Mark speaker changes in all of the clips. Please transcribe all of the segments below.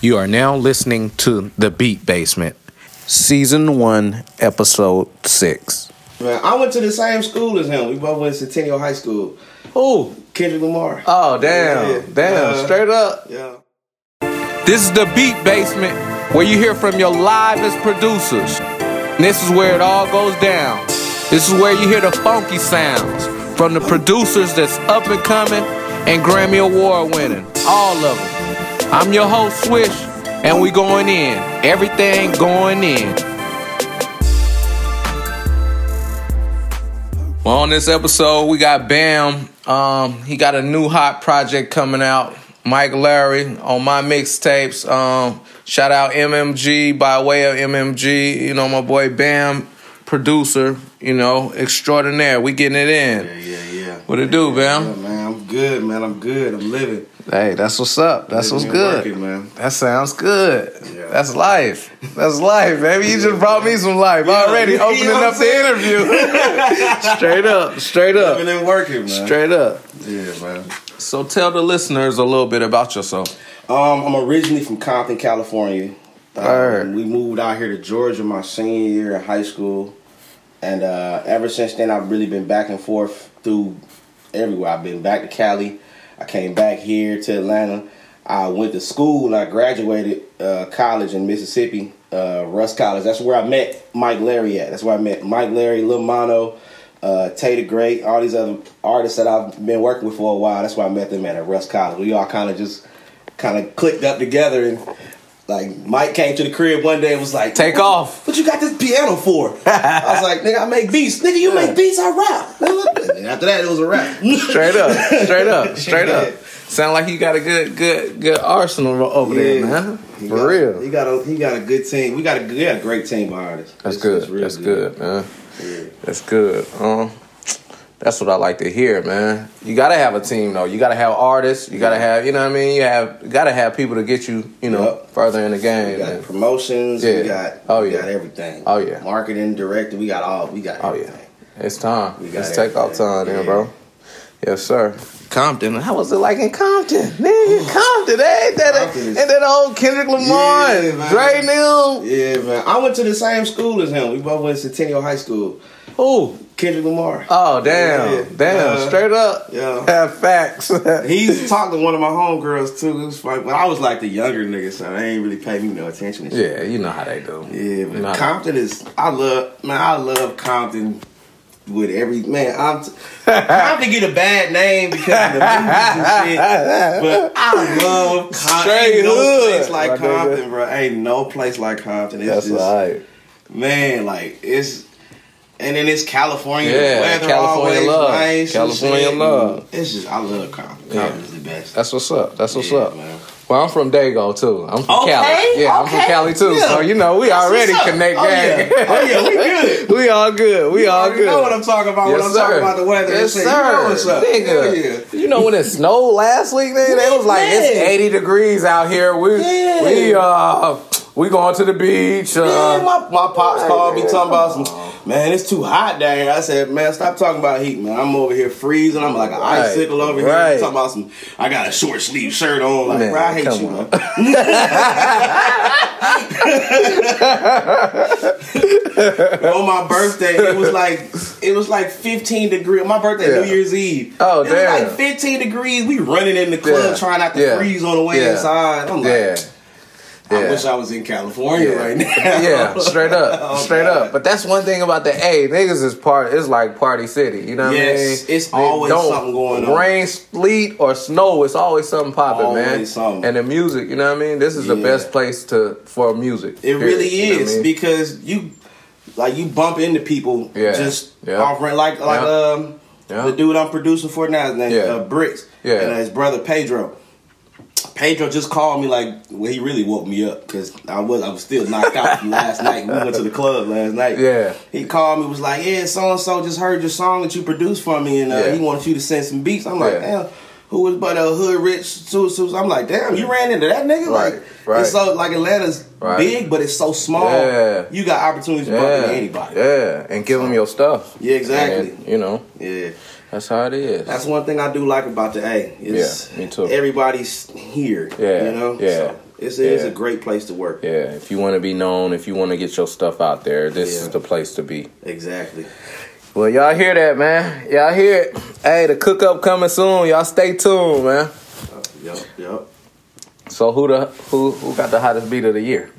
Speaker 1: You are now listening to The Beat Basement, Season 1, Episode 6.
Speaker 2: Man, I went to the same school as him. We both went to Centennial High School.
Speaker 1: Oh,
Speaker 2: Kendrick Lamar.
Speaker 1: oh,
Speaker 2: Yeah.
Speaker 1: damn, damn,
Speaker 2: Uh,
Speaker 1: straight up.
Speaker 2: Yeah.
Speaker 1: This is The Beat Basement, where you hear from your livest producers. And this is where it all goes down. This is where you hear the funky sounds from the producers that's up and coming and Grammy Award winning. All of them. I'm your host, Swish, and we going in. Everything going in. Well, on this episode, we got Bam. Um, he got a new hot project coming out. Mike Larry on my mixtapes. Um, shout out MMG by way of MMG. You know my boy Bam, producer. You know extraordinaire. We getting it
Speaker 2: Yeah,
Speaker 1: in.
Speaker 2: yeah, yeah.
Speaker 1: What it do,
Speaker 2: Yeah,
Speaker 1: Bam?
Speaker 2: man, I'm good, man. I'm good. I'm living.
Speaker 1: Hey, that's what's up. That's what's
Speaker 2: Living and
Speaker 1: good.
Speaker 2: Working, man.
Speaker 1: That sounds good.
Speaker 2: Yeah.
Speaker 1: That's life. That's life, baby. You just brought me some life already.
Speaker 2: Yeah,
Speaker 1: Opening
Speaker 2: you know what
Speaker 1: up the interview. straight up. Straight
Speaker 2: Living
Speaker 1: up.
Speaker 2: and working, man.
Speaker 1: Straight up.
Speaker 2: Yeah, man.
Speaker 1: So tell the listeners a little bit about yourself.
Speaker 2: Um, I'm originally from Compton, California. Um,
Speaker 1: Word.
Speaker 2: We moved out here to Georgia my senior year of high school, and uh, ever since then I've really been back and forth through everywhere. I've been back to Cali, I came back here to Atlanta. I went to school. I graduated uh, college in Mississippi, uh, Russ College. That's where I met Mike Larry at. That's where I met Mike Larry, Lil Mono, uh, Tay the Great, all these other artists that I've been working with for a while. That's where I met them at, at Russ College. We all kind of just kind of clicked up together and like Mike came to the crib one day and was like,
Speaker 1: Take
Speaker 2: "What-
Speaker 1: off."
Speaker 2: What you got this piano for? I was like, nigga, I make beats. Nigga, you make beats, I rap. And after that, it was a rap.
Speaker 1: Straight up, straight up, straight up. Sound like you got a good, good, good arsenal ro- over there, man.
Speaker 2: He
Speaker 1: For
Speaker 2: got-
Speaker 1: real.
Speaker 2: he got a he got a good team. We got a we got a great team behind us.
Speaker 1: That's
Speaker 2: It's-
Speaker 1: good.
Speaker 2: it's real
Speaker 1: That's good, man. That's good. Um, that's what I like to hear, man. You gotta have a team though. You gotta have artists. You gotta have, you know what I mean. You have you gotta have people to get you, you know,
Speaker 2: Yup.
Speaker 1: further in the
Speaker 2: We
Speaker 1: game.
Speaker 2: got
Speaker 1: man.
Speaker 2: promotions.
Speaker 1: Yeah.
Speaker 2: We got
Speaker 1: Oh,
Speaker 2: we
Speaker 1: yeah.
Speaker 2: got everything.
Speaker 1: Oh, yeah.
Speaker 2: Marketing, director. We got all. We got
Speaker 1: Oh
Speaker 2: everything.
Speaker 1: yeah, it's time.
Speaker 2: We got
Speaker 1: It's take off
Speaker 2: everything.
Speaker 1: time,
Speaker 2: Yeah.
Speaker 1: then, bro. Yes, sir. Compton. How was it like in Compton? Nigga, Compton. They ain't that
Speaker 2: Compton is-
Speaker 1: and that old Kendrick Lamar,
Speaker 2: Yeah,
Speaker 1: and
Speaker 2: man.
Speaker 1: Dre and them.
Speaker 2: Yeah, man. I went to the same school as him. We both went to Centennial High School.
Speaker 1: Ooh.
Speaker 2: Kendrick Lamar.
Speaker 1: Oh damn,
Speaker 2: Yeah.
Speaker 1: damn,
Speaker 2: Uh,
Speaker 1: straight up.
Speaker 2: yeah.
Speaker 1: Have facts.
Speaker 2: He used to talk to one of my homegirls too. It was like, but I was like the younger nigga, so they ain't really pay me no attention. and shit.
Speaker 1: yeah, you know how they do.
Speaker 2: Yeah, but
Speaker 1: You know how-
Speaker 2: Compton is. I love man. I love Compton with every man. I'm t- Compton get a bad name because of the movies and shit. But I love Compton.
Speaker 1: Straight
Speaker 2: Ain't no
Speaker 1: hood,
Speaker 2: place like
Speaker 1: my nigga.
Speaker 2: Compton, bro. Ain't no place like Compton. It's
Speaker 1: That's
Speaker 2: just
Speaker 1: right.
Speaker 2: man, like it's. And then it's California
Speaker 1: Yeah,
Speaker 2: weather,
Speaker 1: California
Speaker 2: always
Speaker 1: love.
Speaker 2: nice and
Speaker 1: California
Speaker 2: shit.
Speaker 1: love.
Speaker 2: It's just I love Compton.
Speaker 1: Yeah.
Speaker 2: Compton's the best.
Speaker 1: That's what's up. That's what's
Speaker 2: Yeah,
Speaker 1: up.
Speaker 2: man.
Speaker 1: Well, I'm from Dago too. I'm from
Speaker 2: Okay,
Speaker 1: Cali. Yeah, I'm from
Speaker 2: okay,
Speaker 1: Cali too.
Speaker 2: yeah.
Speaker 1: So you know we
Speaker 2: That's
Speaker 1: already
Speaker 2: what's up.
Speaker 1: connect
Speaker 2: Oh,
Speaker 1: gang.
Speaker 2: yeah. Oh, yeah, we good.
Speaker 1: we all good. We all
Speaker 2: already
Speaker 1: good.
Speaker 2: know what I'm talking about when I'm talking about the weather.
Speaker 1: Yes,
Speaker 2: It's like,
Speaker 1: sir.
Speaker 2: You know what's up. Hell yeah.
Speaker 1: Nigga. You know when it snowed last week, nigga? They was like, it's
Speaker 2: Yeah.
Speaker 1: 80 degrees out here. We
Speaker 2: Yeah.
Speaker 1: we uh we going to the beach. Uh,
Speaker 2: Man, my, my pops called me talking about some. Man, it's too hot down here. I said, man, stop talking about heat, man. I'm over here freezing. I'm like an
Speaker 1: Right,
Speaker 2: icicle over
Speaker 1: right.
Speaker 2: here. Talking about some. I got a short sleeve shirt on. Like,
Speaker 1: Man,
Speaker 2: bro, I hate
Speaker 1: come
Speaker 2: you,
Speaker 1: on.
Speaker 2: man. on my birthday, it was like it was like 15 degrees. My birthday,
Speaker 1: Yeah.
Speaker 2: New Year's Eve.
Speaker 1: Oh,
Speaker 2: it
Speaker 1: damn.
Speaker 2: Was like 15 degrees. We running in the club
Speaker 1: Yeah.
Speaker 2: trying not to
Speaker 1: Yeah.
Speaker 2: freeze on the way
Speaker 1: Yeah.
Speaker 2: inside. I'm like,
Speaker 1: yeah.
Speaker 2: I
Speaker 1: Yeah.
Speaker 2: wish I was in California right now.
Speaker 1: yeah, straight up,
Speaker 2: Oh,
Speaker 1: straight
Speaker 2: God.
Speaker 1: up. But that's one thing about the A niggas is part. It's like party city. You know what I mean?
Speaker 2: Yes, it's always something going on.
Speaker 1: Rain, sleet, or snow. It's always something popping, man.
Speaker 2: Always something.
Speaker 1: And the music. You know what I mean? This is the
Speaker 2: Yeah.
Speaker 1: best place to for music.
Speaker 2: It really
Speaker 1: You know what
Speaker 2: is
Speaker 1: I mean?
Speaker 2: because you like you bump into people
Speaker 1: Yeah.
Speaker 2: just
Speaker 1: Yeah.
Speaker 2: off rent like like
Speaker 1: Yeah.
Speaker 2: um
Speaker 1: Yeah.
Speaker 2: the dude I'm producing for now his name
Speaker 1: Yeah.
Speaker 2: uh, Bricks
Speaker 1: Yeah.
Speaker 2: and his brother Pedro. Pedro just called me like well he really woke me up because I was I was still knocked out from last night. We went to the club last night.
Speaker 1: Yeah.
Speaker 2: he called me was like yeah so and so just heard your song that you produced for me and uh,
Speaker 1: Yeah.
Speaker 2: he wants you to send some beats. I'm like
Speaker 1: Yeah.
Speaker 2: damn. Who was but a hood rich Susu? I'm like, damn, you ran into that nigga.
Speaker 1: Right,
Speaker 2: like,
Speaker 1: right.
Speaker 2: it's so like Atlanta's
Speaker 1: Right.
Speaker 2: big, but it's so small.
Speaker 1: Yeah.
Speaker 2: You got opportunities to bump into anybody.
Speaker 1: yeah, yeah, and give them your stuff.
Speaker 2: Yeah, exactly.
Speaker 1: And, you know,
Speaker 2: Yeah.
Speaker 1: that's how it is.
Speaker 2: That's one thing I do like about the A. It's
Speaker 1: Yeah, me too.
Speaker 2: Everybody's here.
Speaker 1: Yeah,
Speaker 2: You know?
Speaker 1: yeah,
Speaker 2: So It's a, it's a
Speaker 1: Yeah.
Speaker 2: great place to work.
Speaker 1: Yeah, if you want to be known, if you want to get your stuff out there, this
Speaker 2: Yeah.
Speaker 1: is the place to be.
Speaker 2: Exactly.
Speaker 1: Well, y'all hear that, man? Y'all hear it? Hey, the cook up coming soon. Y'all stay tuned, man.
Speaker 2: Yep. Yep.
Speaker 1: So who the who who got the hottest beat of the year?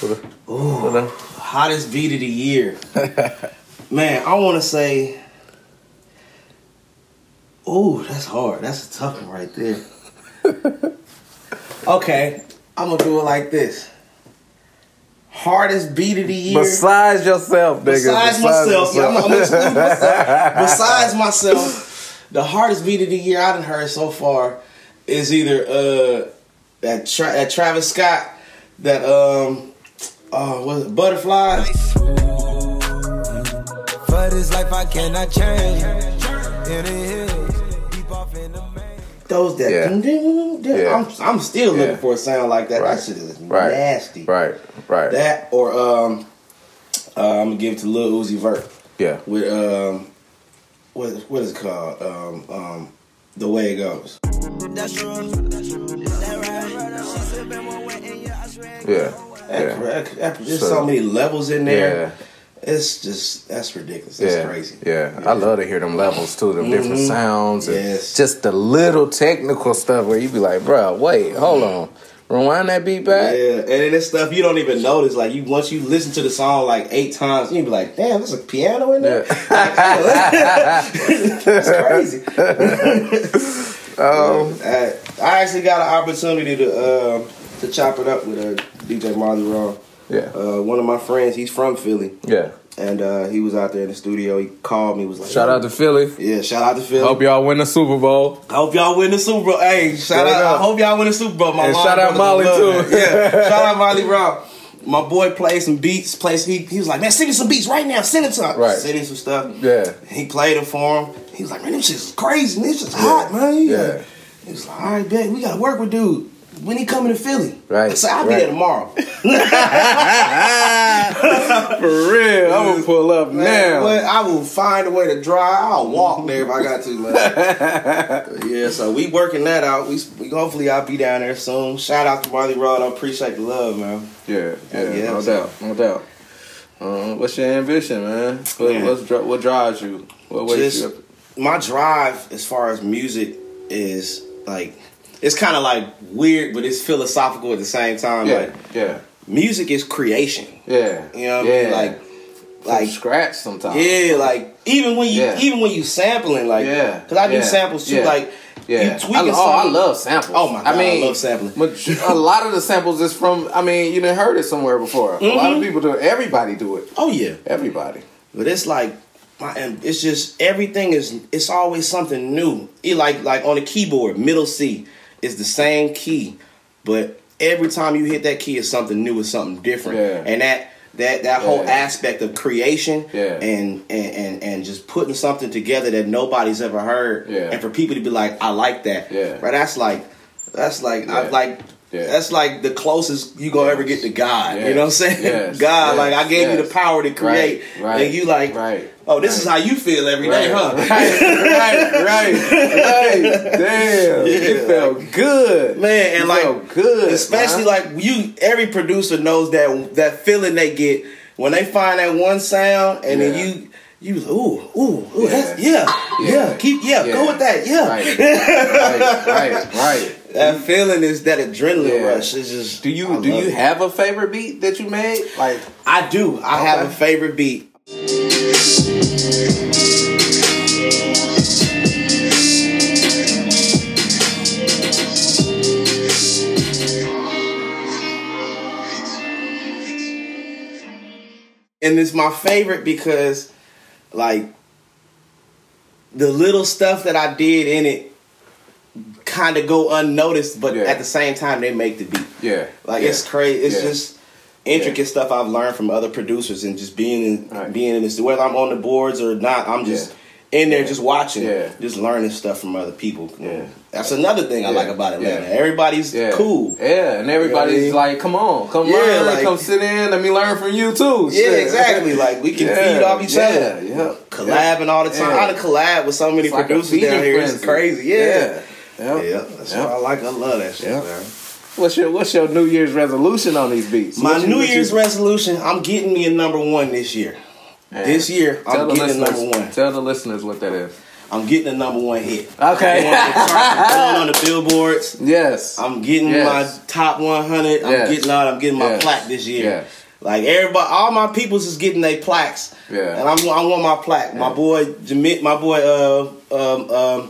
Speaker 1: Who the, who the-
Speaker 2: Hottest beat of the year. Man, I want to say. Ooh, that's hard. That's a tough one right there. okay, I'm gonna do it like this. Hardest beat of the year.
Speaker 1: Besides yourself, nigga.
Speaker 2: besides, myself, yeah, I'm, I'm gonna exclude myself. besides myself, the hardest beat of the year I done heard so far is either uh that, tra- that Travis Scott that um oh was it butterflies
Speaker 3: For this life I cannot change. In the hills, deep off in the main.
Speaker 2: those that
Speaker 1: Yeah.
Speaker 2: ding, ding, ding.
Speaker 1: Yeah.
Speaker 2: I'm I'm still
Speaker 1: Yeah.
Speaker 2: looking for a sound like that.
Speaker 1: Right.
Speaker 2: That shit is
Speaker 1: Right.
Speaker 2: nasty.
Speaker 1: Right, right.
Speaker 2: That or um uh, I'm gonna give it to Lil Uzi Vert
Speaker 1: yeah.
Speaker 2: with um what what is it called um um the way it goes.
Speaker 3: That's true. That right. She said, "Been one way, and yeah, I swear."
Speaker 1: Yeah.
Speaker 2: That,
Speaker 1: Yeah.
Speaker 2: that- that- there's so,
Speaker 1: So-
Speaker 2: many levels in
Speaker 1: Yeah.
Speaker 2: there. It's just that's ridiculous. That's
Speaker 1: Yeah,
Speaker 2: crazy. Mm-hmm.
Speaker 1: yeah, I love to hear them levels too, them different sounds, and
Speaker 2: Yes.
Speaker 1: just the little technical stuff where you be like, bro, wait, hold on, rewind that beat
Speaker 2: Yeah,
Speaker 1: back.
Speaker 2: and then it's stuff you don't even notice. Like you, once you listen to the song like eight times, you be like, "Damn, there's a piano in there." it's crazy. um, I, I actually got an opportunity to um to chop it up with uh, DJ Marley Raw.
Speaker 1: Yeah.
Speaker 2: Uh, one of my friends, he's from Philly,
Speaker 1: yeah.
Speaker 2: and uh, he was out there in the studio. He called me, was like,
Speaker 1: Shout out to Philly.
Speaker 2: yeah, shout out to Philly.
Speaker 1: Hope y'all win the Super Bowl.
Speaker 2: I hope y'all win the Super Bowl. Hey, shout
Speaker 1: Straight
Speaker 2: out.
Speaker 1: up.
Speaker 2: I hope y'all win the Super Bowl. My
Speaker 1: And
Speaker 2: Lion
Speaker 1: shout out
Speaker 2: brothers, I
Speaker 1: Molly,
Speaker 2: love
Speaker 1: too.
Speaker 2: it. Yeah, shout out Molly Rob. My boy played some beats. Plays he, he was like, man, send me some beats right now. Send it to him.
Speaker 1: Right.
Speaker 2: Send him some stuff.
Speaker 1: Yeah.
Speaker 2: He played it for him. He was like, man, this shit's crazy. This shit's hot, man. He,
Speaker 1: Yeah.
Speaker 2: like- he was like, all right, bet we gotta work with dude. When he coming to Philly?
Speaker 1: Right,
Speaker 2: I said, I'll
Speaker 1: right.
Speaker 2: be there tomorrow.
Speaker 1: For real, I'm gonna pull up
Speaker 2: Man,
Speaker 1: now.
Speaker 2: what? I will find a way to drive. I'll walk there if I got to. Man. yeah, so we working that out. We, we hopefully I'll be down there soon. Shout out to Marley Rod. I appreciate the love, man.
Speaker 1: Yeah, yeah,
Speaker 2: Yeah,
Speaker 1: no
Speaker 2: so-
Speaker 1: doubt, no doubt. Uh, what's your ambition, man? What,
Speaker 2: Man.
Speaker 1: What's dri- what drives you? What wakes
Speaker 2: Just
Speaker 1: you up?
Speaker 2: my drive as far as music is like it's kind of like weird, but it's philosophical at the same time.
Speaker 1: Yeah,
Speaker 2: Like
Speaker 1: yeah,
Speaker 2: music is creation.
Speaker 1: yeah.
Speaker 2: You know what
Speaker 1: yeah.
Speaker 2: I mean? Like
Speaker 1: From
Speaker 2: like
Speaker 1: scratch sometimes.
Speaker 2: Yeah, like even when you
Speaker 1: Yeah.
Speaker 2: even when you sampling, like
Speaker 1: Yeah,
Speaker 2: because I do
Speaker 1: yeah,
Speaker 2: samples too.
Speaker 1: yeah,
Speaker 2: Like
Speaker 1: Yeah,
Speaker 2: you tweaking
Speaker 1: I, oh, I
Speaker 2: something-
Speaker 1: love samples.
Speaker 2: Oh my God,
Speaker 1: I mean,
Speaker 2: I love sampling.
Speaker 1: maj- a lot of the samples is from. I mean, you done heard it somewhere before. A lot
Speaker 2: Mm-hmm.
Speaker 1: of people do. it. Everybody do it.
Speaker 2: Oh yeah,
Speaker 1: Everybody.
Speaker 2: but it's like my and it's just everything is it's always something new. It like like on the keyboard, middle C is the same key, but every time you hit that key, it's something new, it's something different,
Speaker 1: Yeah.
Speaker 2: and that. That, that whole
Speaker 1: Yeah.
Speaker 2: aspect of creation
Speaker 1: Yeah.
Speaker 2: and, and, and and just putting something together that nobody's ever heard
Speaker 1: Yeah.
Speaker 2: and for people to be like I like that
Speaker 1: Yeah.
Speaker 2: right that's like that's like I
Speaker 1: Yeah.
Speaker 2: like
Speaker 1: Yeah.
Speaker 2: that's like the closest you gonna ever get to God you
Speaker 1: Yes.
Speaker 2: know what I'm saying
Speaker 1: Yes.
Speaker 2: God
Speaker 1: Yes.
Speaker 2: like I gave you
Speaker 1: Yes.
Speaker 2: the power to create
Speaker 1: Right. Right.
Speaker 2: and you like
Speaker 1: Right.
Speaker 2: Oh, this is how you feel every day,
Speaker 1: Right,
Speaker 2: huh?
Speaker 1: right, right, right. Damn, it felt good,
Speaker 2: Man,
Speaker 1: It
Speaker 2: and like
Speaker 1: felt good,
Speaker 2: especially like you every producer knows that that feeling they get when they find that one sound and
Speaker 1: Yeah.
Speaker 2: then you you was, ooh, ooh, ooh, that's yeah, yeah,
Speaker 1: Yeah.
Speaker 2: keep yeah,
Speaker 1: Yeah.
Speaker 2: go with that, yeah.
Speaker 1: Right, right, right, right.
Speaker 2: That feeling is that adrenaline
Speaker 1: Yeah.
Speaker 2: rush. It's just
Speaker 1: Do you
Speaker 2: I
Speaker 1: do
Speaker 2: love
Speaker 1: you
Speaker 2: it.
Speaker 1: have a favorite beat that you made? Like,
Speaker 2: I do. I have a
Speaker 1: Okay.
Speaker 2: favorite beat. And it's my favorite because, like, the little stuff that I did in it kind of go unnoticed, but
Speaker 1: Yeah.
Speaker 2: at the same time, they make the beat.
Speaker 1: yeah,
Speaker 2: Like
Speaker 1: yeah,
Speaker 2: it's crazy. It's
Speaker 1: yeah.
Speaker 2: just intricate stuff I've learned from other producers and just being in
Speaker 1: Right.
Speaker 2: being in this. Whether I'm on the boards or not, I'm just in there just watching,
Speaker 1: Yeah.
Speaker 2: just learning stuff from other people.
Speaker 1: Yeah.
Speaker 2: That's another thing I
Speaker 1: Yeah.
Speaker 2: like about Atlanta.
Speaker 1: Yeah.
Speaker 2: Everybody's
Speaker 1: Yeah.
Speaker 2: cool.
Speaker 1: Yeah, and
Speaker 2: You
Speaker 1: everybody's
Speaker 2: know what
Speaker 1: like, "Come on, come
Speaker 2: Yeah,
Speaker 1: learn,
Speaker 2: like-
Speaker 1: come sit in, let me learn from you too."
Speaker 2: Yeah,
Speaker 1: Shit.
Speaker 2: exactly. Like we can
Speaker 1: Yeah,
Speaker 2: feed off each
Speaker 1: yeah,
Speaker 2: other.
Speaker 1: yeah,
Speaker 2: Collabing all the time.
Speaker 1: Yeah.
Speaker 2: I done collab with so many
Speaker 1: It's like a
Speaker 2: producers
Speaker 1: feeding
Speaker 2: down here. It's
Speaker 1: frenzy.
Speaker 2: crazy. Yeah.
Speaker 1: yeah,
Speaker 2: Yeah, that's
Speaker 1: Yeah.
Speaker 2: what I like. I love that shit,
Speaker 1: Yeah.
Speaker 2: man.
Speaker 4: What's your What's your New Year's resolution on these beats?
Speaker 2: My
Speaker 4: What you-
Speaker 2: New
Speaker 4: what you-
Speaker 2: Year's resolution, I'm getting me a number one this year. This year,
Speaker 1: Tell
Speaker 2: I'm
Speaker 1: the
Speaker 2: getting a number
Speaker 1: listeners.
Speaker 2: one.
Speaker 1: Tell the listeners what that is.
Speaker 2: I'm getting a number one hit. I'm going,
Speaker 4: Okay.
Speaker 2: on the charts, I'm going on the billboards.
Speaker 1: Yes.
Speaker 2: I'm getting
Speaker 1: Yes.
Speaker 2: my top 100. I'm
Speaker 1: Yes.
Speaker 2: getting out. I'm getting my
Speaker 1: Yes.
Speaker 2: plaque this year.
Speaker 1: Yes.
Speaker 2: Like everybody, all my peoples is getting their plaques.
Speaker 1: Yeah.
Speaker 2: And I'm, I want my plaque. My boy Jamit, my boy, uh, um, um,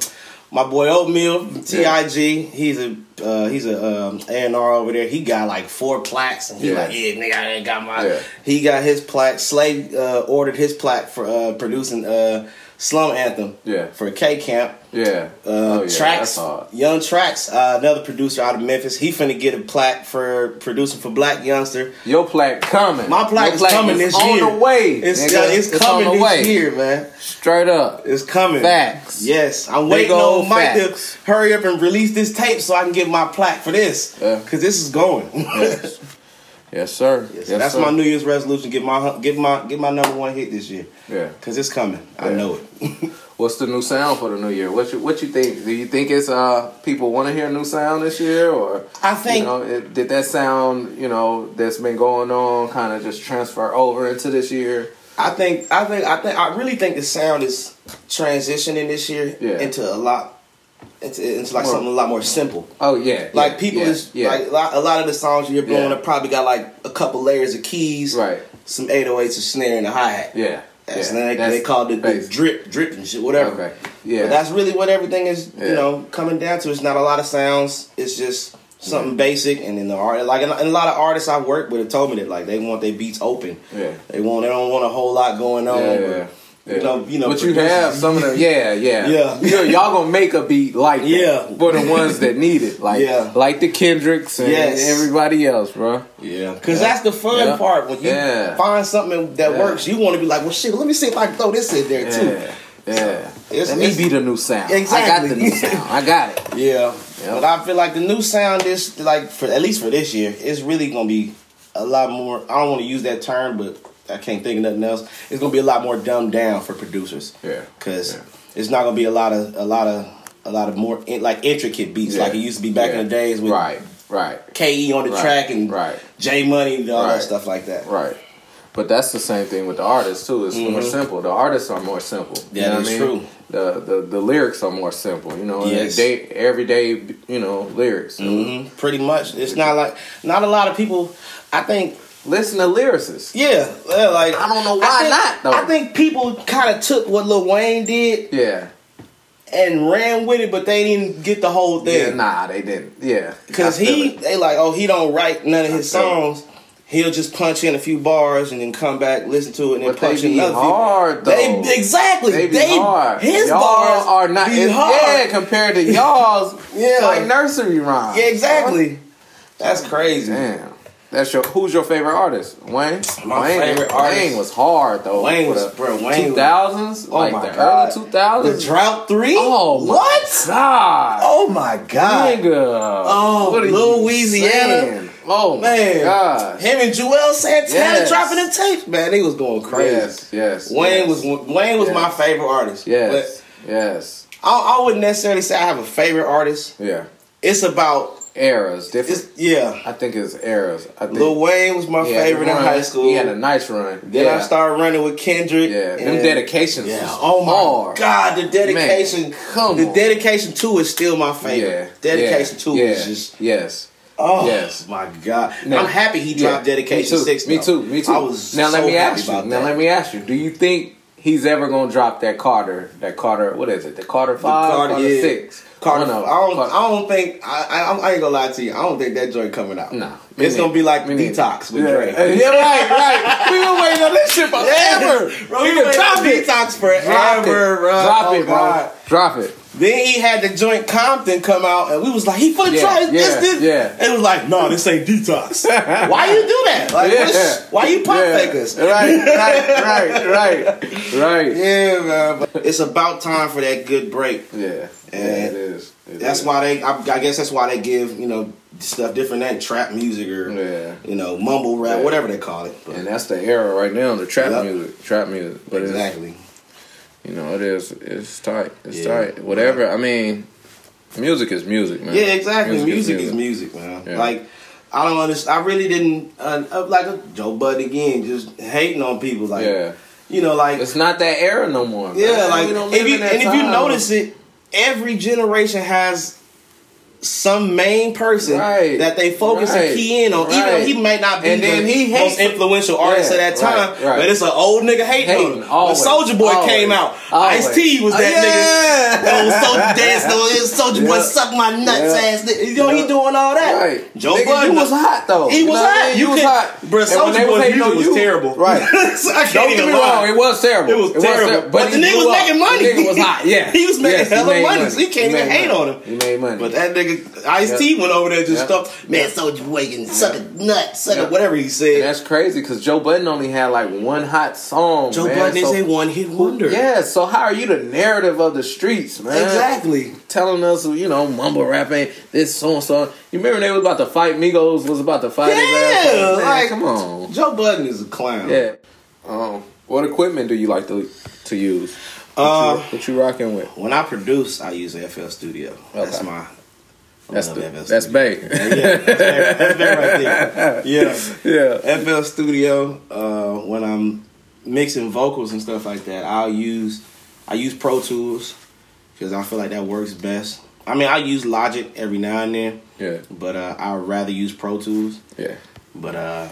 Speaker 2: my boy Oatmeal, T I G. He's a uh, he's a um, A and R over there. He got like four plaques, and he
Speaker 1: Yeah.
Speaker 2: like, yeah, nigga, I ain't got my.
Speaker 1: Yeah.
Speaker 2: He got his plaque. Slade uh, ordered his plaque for uh, producing uh, Slum Anthem.
Speaker 1: Yeah.
Speaker 2: For K Camp.
Speaker 1: Oh, Yeah.
Speaker 2: Uh,
Speaker 1: That's
Speaker 2: tracks,
Speaker 1: hard.
Speaker 2: young tracks. Uh, another producer out of Memphis. He finna get a plaque for producing for Black Youngster.
Speaker 1: Your plaque coming.
Speaker 2: My plaque
Speaker 1: Your
Speaker 2: is coming
Speaker 1: is
Speaker 2: this
Speaker 1: on
Speaker 2: year.
Speaker 1: the way.
Speaker 2: It's,
Speaker 1: nigga.
Speaker 2: uh, it's, coming
Speaker 1: on the
Speaker 2: this
Speaker 1: way.
Speaker 2: year, man.
Speaker 1: Straight up.
Speaker 2: It's coming.
Speaker 1: Facts.
Speaker 2: Yes, I'm
Speaker 1: Big
Speaker 2: waiting
Speaker 1: old
Speaker 2: on Mike
Speaker 1: facts.
Speaker 2: to hurry up and release this tape so I can get my plaque for this.
Speaker 1: Yeah.
Speaker 2: Cause this is going.
Speaker 1: Yes. Yes, sir.
Speaker 2: Yes,
Speaker 1: Yes,
Speaker 2: that's
Speaker 1: sir.
Speaker 2: my New Year's resolution. Get my get my get my number one hit this year.
Speaker 1: Yeah.
Speaker 2: Cause it's coming. I
Speaker 1: Yeah.
Speaker 2: know it.
Speaker 1: What's the new sound for the new year? What you What you think? Do you think it's uh people want to hear a new sound this year, or
Speaker 2: I think-
Speaker 1: you know, it, did that sound you know that's been going on kind of just transfer over into this year?
Speaker 2: I think I think I think I really think the sound is transitioning this year
Speaker 1: Yeah.
Speaker 2: into a lot into, into like
Speaker 1: More-
Speaker 2: something a lot more simple.
Speaker 1: Oh yeah,
Speaker 2: Like
Speaker 1: yeah,
Speaker 2: people
Speaker 1: yeah,
Speaker 2: is
Speaker 1: yeah,
Speaker 2: like a lot, a lot of the songs you're blowing
Speaker 1: Yeah.
Speaker 2: up probably got like a couple layers of keys,
Speaker 1: right,
Speaker 2: Some 808s, a snare, and a hi hat.
Speaker 1: yeah.
Speaker 2: That's,
Speaker 1: yeah.
Speaker 2: they, they called it the
Speaker 1: basic.
Speaker 2: drip, drip and shit, whatever.
Speaker 1: Okay, yeah,
Speaker 2: But that's really what everything is,
Speaker 1: Yeah.
Speaker 2: you know, coming down to. It's not a lot of sounds. It's just something basic. And then the art, like and a lot of artists I work with have told me that like they want their beats open.
Speaker 1: Yeah.
Speaker 2: They want. They don't want a whole lot going on.
Speaker 1: yeah,
Speaker 2: or-
Speaker 1: yeah, yeah.
Speaker 2: You know, you know.
Speaker 1: but you
Speaker 2: producers-
Speaker 1: have some of them, yeah, yeah,
Speaker 2: Yeah.
Speaker 1: You know, y'all gonna make a beat like that
Speaker 2: Yeah.
Speaker 1: for the ones that need it, like
Speaker 2: Yeah.
Speaker 1: like the Kendricks and
Speaker 2: Yes.
Speaker 1: everybody else, bro.
Speaker 2: Yeah, because that's the fun
Speaker 1: Yeah.
Speaker 2: part. When you
Speaker 1: Yeah.
Speaker 2: find something that
Speaker 1: Yeah.
Speaker 2: works, you want to be like, well, shit, let me see if I can throw this in there
Speaker 1: Yeah,
Speaker 2: too.
Speaker 1: yeah.
Speaker 2: It's-
Speaker 1: Let me
Speaker 2: it's-
Speaker 1: be the new sound. I got the
Speaker 2: Exactly.
Speaker 1: new sound. I got it.
Speaker 2: Yeah.
Speaker 1: Yeah.
Speaker 2: But I feel like the new sound is like for at least for this year, it's really gonna be a lot more. I don't want to use that term, but I can't think of nothing else. It's gonna be a lot more dumbed down for producers.
Speaker 1: Yeah.
Speaker 2: Because
Speaker 1: Yeah.
Speaker 2: it's not gonna be a lot of a lot of a lot of more in, like intricate beats
Speaker 1: Yeah.
Speaker 2: like it used to be back
Speaker 1: Yeah.
Speaker 2: in the days with
Speaker 1: Right, right,
Speaker 2: Ke on the
Speaker 1: Right.
Speaker 2: track and
Speaker 1: Right.
Speaker 2: J Money and all
Speaker 1: Right.
Speaker 2: that stuff like that.
Speaker 1: right. But that's the same thing with the artists too. It's more simple. The artists are more simple. You
Speaker 2: Mm-hmm. That
Speaker 1: know what
Speaker 2: is
Speaker 1: I mean?
Speaker 2: true.
Speaker 1: The, the the lyrics are more simple. You know,
Speaker 2: Yes.
Speaker 1: they everyday you know lyrics.
Speaker 2: Mhm, Pretty much, it's not like not a lot of people. I think
Speaker 1: Listen to lyricists.
Speaker 2: Yeah, yeah, like
Speaker 1: I don't know why
Speaker 2: I think,
Speaker 1: not, though.
Speaker 2: I think people kind of took what Lil Wayne did
Speaker 1: Yeah.
Speaker 2: and ran with it, but they didn't get the whole
Speaker 1: Yeah.
Speaker 2: thing.
Speaker 1: Nah, they didn't. Yeah.
Speaker 2: Cause
Speaker 1: I feel
Speaker 2: he,
Speaker 1: it.
Speaker 2: they like, oh, he don't write none of his
Speaker 1: I feel
Speaker 2: songs. He'll just punch in a few bars and then come back, listen to it, and then
Speaker 1: But they
Speaker 2: punch in
Speaker 1: be
Speaker 2: another few-
Speaker 1: hard, though.
Speaker 2: They exactly.
Speaker 1: They
Speaker 2: They,
Speaker 1: be hard.
Speaker 2: His
Speaker 1: y'all
Speaker 2: bars
Speaker 1: are not.
Speaker 2: be
Speaker 1: it's-
Speaker 2: hard.
Speaker 1: Yeah, compared to y'all's
Speaker 2: Yeah.
Speaker 1: like nursery rhymes.
Speaker 2: Yeah, exactly. That's crazy.
Speaker 1: Damn. That's your who's your favorite artist? Wayne.
Speaker 2: My
Speaker 1: Wayne,
Speaker 2: favorite
Speaker 1: Wayne
Speaker 2: artist-
Speaker 1: was hard though.
Speaker 2: Wayne
Speaker 1: For
Speaker 2: was-
Speaker 1: the
Speaker 2: bro, Wayne was-
Speaker 1: 2000s, like the early
Speaker 2: The
Speaker 1: 2000s.
Speaker 2: drought three.
Speaker 1: oh my
Speaker 2: what?
Speaker 1: God.
Speaker 2: Oh my god.
Speaker 1: Nigga.
Speaker 2: Oh,
Speaker 1: What are you
Speaker 2: Louisiana.
Speaker 1: saying? Oh man.
Speaker 2: Man,
Speaker 1: God.
Speaker 2: him and Joel Santana
Speaker 1: Yes.
Speaker 2: dropping them tapes, man, they was going crazy.
Speaker 1: Yes. Yes.
Speaker 2: Wayne
Speaker 1: yes,
Speaker 2: was Wayne was my
Speaker 1: Yes.
Speaker 2: favorite artist.
Speaker 1: Yes. Yes.
Speaker 2: But I, I wouldn't necessarily say I have a favorite artist.
Speaker 1: Yeah.
Speaker 2: It's about
Speaker 1: Eras. Different.
Speaker 2: it's yeah.
Speaker 1: I think it's eras. I think
Speaker 2: Lil Wayne was my
Speaker 1: he had a
Speaker 2: favorite in
Speaker 1: run.
Speaker 2: high school.
Speaker 1: He had a nice run.
Speaker 2: then
Speaker 1: yeah.
Speaker 2: I started running with Kendrick.
Speaker 1: Yeah. Them
Speaker 2: and-
Speaker 1: dedications.
Speaker 2: Yeah.
Speaker 1: was
Speaker 2: Oh my
Speaker 1: hard.
Speaker 2: God, the dedication.
Speaker 1: Man, come
Speaker 2: the
Speaker 1: on.
Speaker 2: dedication two is still my favorite. dedication two
Speaker 1: yeah,
Speaker 2: is just
Speaker 1: yes.
Speaker 2: Oh
Speaker 1: Yes.
Speaker 2: my God!
Speaker 1: Now-
Speaker 2: I'm happy he
Speaker 1: Yeah,
Speaker 2: dropped Dedication
Speaker 1: me too,
Speaker 2: Six.
Speaker 1: Me
Speaker 2: though.
Speaker 1: too. Me too.
Speaker 2: I was
Speaker 1: now let
Speaker 2: so
Speaker 1: me
Speaker 2: happy
Speaker 1: ask you.
Speaker 2: about
Speaker 1: Now
Speaker 2: that.
Speaker 1: let me ask you. Do you think he's ever gonna drop that Carter? That Carter? What is it? The Carter Five?
Speaker 2: Carter-
Speaker 1: Carter,
Speaker 2: yeah.
Speaker 1: Six?
Speaker 2: Carter,
Speaker 1: One of
Speaker 2: I don't,
Speaker 1: them. Carter-
Speaker 2: I don't think I, I, I ain't gonna lie to you. I don't think that joint coming out.
Speaker 1: Nah, me
Speaker 2: it's gonna
Speaker 1: neither.
Speaker 2: be like
Speaker 1: Me neither.
Speaker 2: detox with
Speaker 1: yeah.
Speaker 2: Dre.
Speaker 1: Yeah, right, right. We been waiting on this shit forever.
Speaker 2: bro,
Speaker 1: we
Speaker 2: we
Speaker 1: can
Speaker 2: been
Speaker 1: drop it.
Speaker 2: detox
Speaker 1: Drop
Speaker 2: forever,
Speaker 1: it,
Speaker 2: bro.
Speaker 1: Drop
Speaker 2: Oh,
Speaker 1: it, bro.
Speaker 2: God.
Speaker 1: Drop it.
Speaker 2: Then he had the joint Compton come out, and we was like, he finna
Speaker 1: Yeah,
Speaker 2: try this,
Speaker 1: yeah,
Speaker 2: this.
Speaker 1: yeah.
Speaker 2: And it was like, no, this ain't detox. why you do that? Like,
Speaker 1: Yeah.
Speaker 2: what's- why you pop
Speaker 1: Yeah.
Speaker 2: fake us?
Speaker 1: Right, right, right, right, right. Yeah,
Speaker 2: Yeah, man. But it's about time for that good break.
Speaker 1: yeah, it is. It
Speaker 2: That's
Speaker 1: is.
Speaker 2: why they. I, I guess that's why they give you know stuff different than trap music or
Speaker 1: Yeah.
Speaker 2: you know mumble rap,
Speaker 1: Yeah.
Speaker 2: whatever they call it. But
Speaker 1: And that's the era right now, the trap
Speaker 2: Yep.
Speaker 1: music, trap music. But it's-
Speaker 2: exactly.
Speaker 1: you know, it is, it's tight, it's
Speaker 2: Yeah.
Speaker 1: tight. Whatever. I mean, Music is music, man.
Speaker 2: Yeah, exactly. Music, is music, man.
Speaker 1: Yeah.
Speaker 2: Like I don't understand. I really didn't uh, uh, like uh, Joe Bud again, just hating on people. Like
Speaker 1: Yeah.
Speaker 2: you know, like
Speaker 1: It's not that era no more. man.
Speaker 2: yeah, like
Speaker 1: We don't live
Speaker 2: if you
Speaker 1: in that
Speaker 2: and if you
Speaker 1: time.
Speaker 2: notice it, every generation has some main person
Speaker 1: Right.
Speaker 2: that they focus
Speaker 1: Right.
Speaker 2: and key in on, even though
Speaker 1: Right.
Speaker 2: he might not be
Speaker 1: And then
Speaker 2: the
Speaker 1: he hates
Speaker 2: most
Speaker 1: it.
Speaker 2: influential artist
Speaker 1: Yeah,
Speaker 2: at that time,
Speaker 1: right, right.
Speaker 2: but it's an old nigga hating,
Speaker 1: Hating,
Speaker 2: on him.
Speaker 1: always,
Speaker 2: when Soldier Boy
Speaker 1: always,
Speaker 2: came out,
Speaker 1: always. Oh,
Speaker 2: Ice T was that
Speaker 1: Yeah.
Speaker 2: nigga. That was so dance, Soldier Boy suck my nuts
Speaker 1: Yeah.
Speaker 2: ass. Nigga. You know he
Speaker 1: Yeah.
Speaker 2: doing all that.
Speaker 1: Right.
Speaker 2: Joe
Speaker 1: Nigga,
Speaker 2: Budden
Speaker 1: you was hot, though.
Speaker 2: He
Speaker 1: You
Speaker 2: was
Speaker 1: know what I
Speaker 2: hot.
Speaker 1: mean?
Speaker 2: You
Speaker 1: You was
Speaker 2: could-
Speaker 1: hot.
Speaker 2: Bro,
Speaker 1: And when they
Speaker 2: Soldier
Speaker 1: was
Speaker 2: Boy's
Speaker 1: hating on
Speaker 2: music was
Speaker 1: you-
Speaker 2: terrible.
Speaker 1: Right.
Speaker 2: So I can't
Speaker 1: Don't
Speaker 2: even
Speaker 1: get me
Speaker 2: lie.
Speaker 1: wrong, it was terrible.
Speaker 2: It was terrible. But, the
Speaker 1: he
Speaker 2: nigga
Speaker 1: blew
Speaker 2: was
Speaker 1: up.
Speaker 2: making money.
Speaker 1: The nigga was hot, yeah.
Speaker 2: he was making
Speaker 1: Yes, he
Speaker 2: hella
Speaker 1: made
Speaker 2: money. So you can't
Speaker 1: He made
Speaker 2: even hate
Speaker 1: money.
Speaker 2: on him.
Speaker 1: He made money.
Speaker 2: But that nigga Ice T went over there and just
Speaker 1: Yep.
Speaker 2: stuff. Man, Soldier Boy can suck a nut, suck
Speaker 1: Yep.
Speaker 2: a whatever he
Speaker 1: And
Speaker 2: said.
Speaker 1: that's crazy because Joe Budden only had like one hot song.
Speaker 2: Joe
Speaker 1: man.
Speaker 2: Budden
Speaker 1: so,
Speaker 2: is a one hit wonder.
Speaker 1: Yeah, so how are you the narrative of the streets, man?
Speaker 2: exactly.
Speaker 1: Telling us, you know, mumble rap ain't this so and so. You remember they was about to fight Migos was about to fight. his ass
Speaker 2: Yeah,
Speaker 1: off, man,
Speaker 2: like-
Speaker 1: come on.
Speaker 2: Joe Budden is a clown.
Speaker 1: Yeah. Um, what equipment do you like to to use? What,
Speaker 2: Uh,
Speaker 1: you, what you rocking with?
Speaker 2: When I produce, I use FL Studio. That's
Speaker 1: Okay.
Speaker 2: my. I
Speaker 1: That's
Speaker 2: love
Speaker 1: the,
Speaker 2: FL
Speaker 1: that's
Speaker 2: Studio.
Speaker 1: Bay.
Speaker 2: Yeah, that's Bay- that's Bay right there. Yeah.
Speaker 1: yeah.
Speaker 2: FL Studio. Uh, when I'm mixing vocals and stuff like that, I'll use I use Pro Tools because I feel like that works best. I mean, I use Logic every now and then,
Speaker 1: Yeah.
Speaker 2: but uh, I'd rather use Pro Tools.
Speaker 1: Yeah.
Speaker 2: But uh,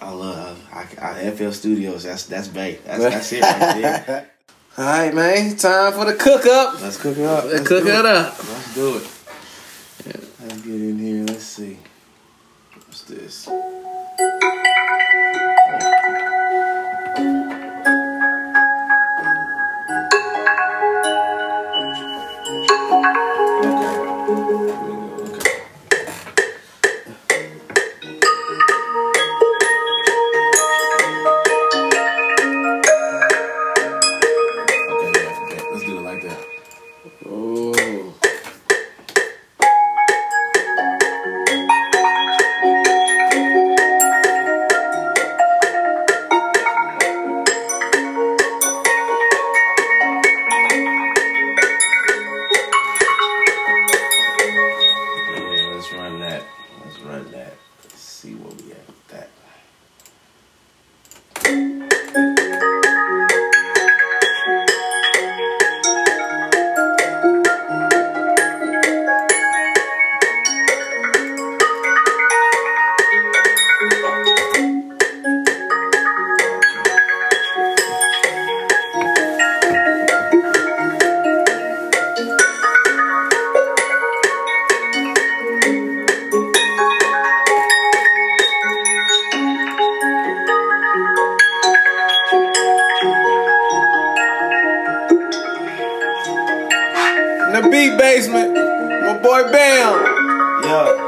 Speaker 2: I love I, I, FL Studios. That's that's bait. That's, that's it right there.
Speaker 1: All right, man. Time for the cook up.
Speaker 2: Let's cook it up. Let's
Speaker 1: cook
Speaker 2: do
Speaker 1: it up.
Speaker 2: Let's do it. Let's get in here. Let's see. What's this? Okay. Okay. Okay, yeah, yeah. Let's do it like that.
Speaker 1: Oh.
Speaker 2: Yeah, let's run that. Let's run that. Let's see what we have with that.
Speaker 1: In the beat basement, my boy Bam.
Speaker 2: Yeah.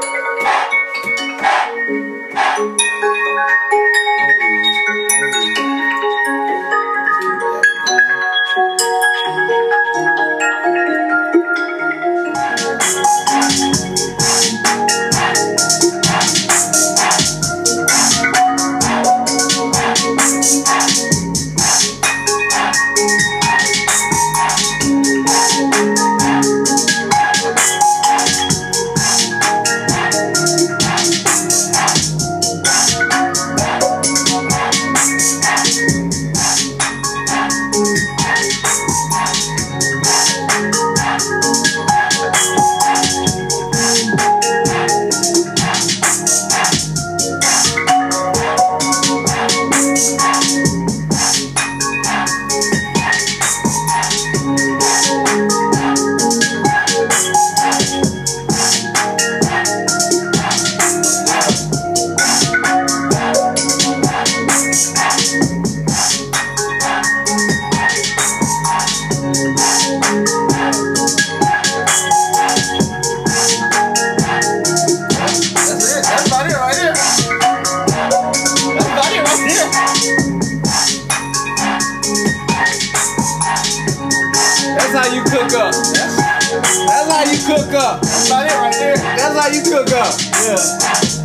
Speaker 2: That's it. That's about it right there. That's about it right there.
Speaker 1: That's how you cook up. That's how you cook up.
Speaker 2: That's about it right there.
Speaker 1: That's how you cook up.
Speaker 2: Yeah.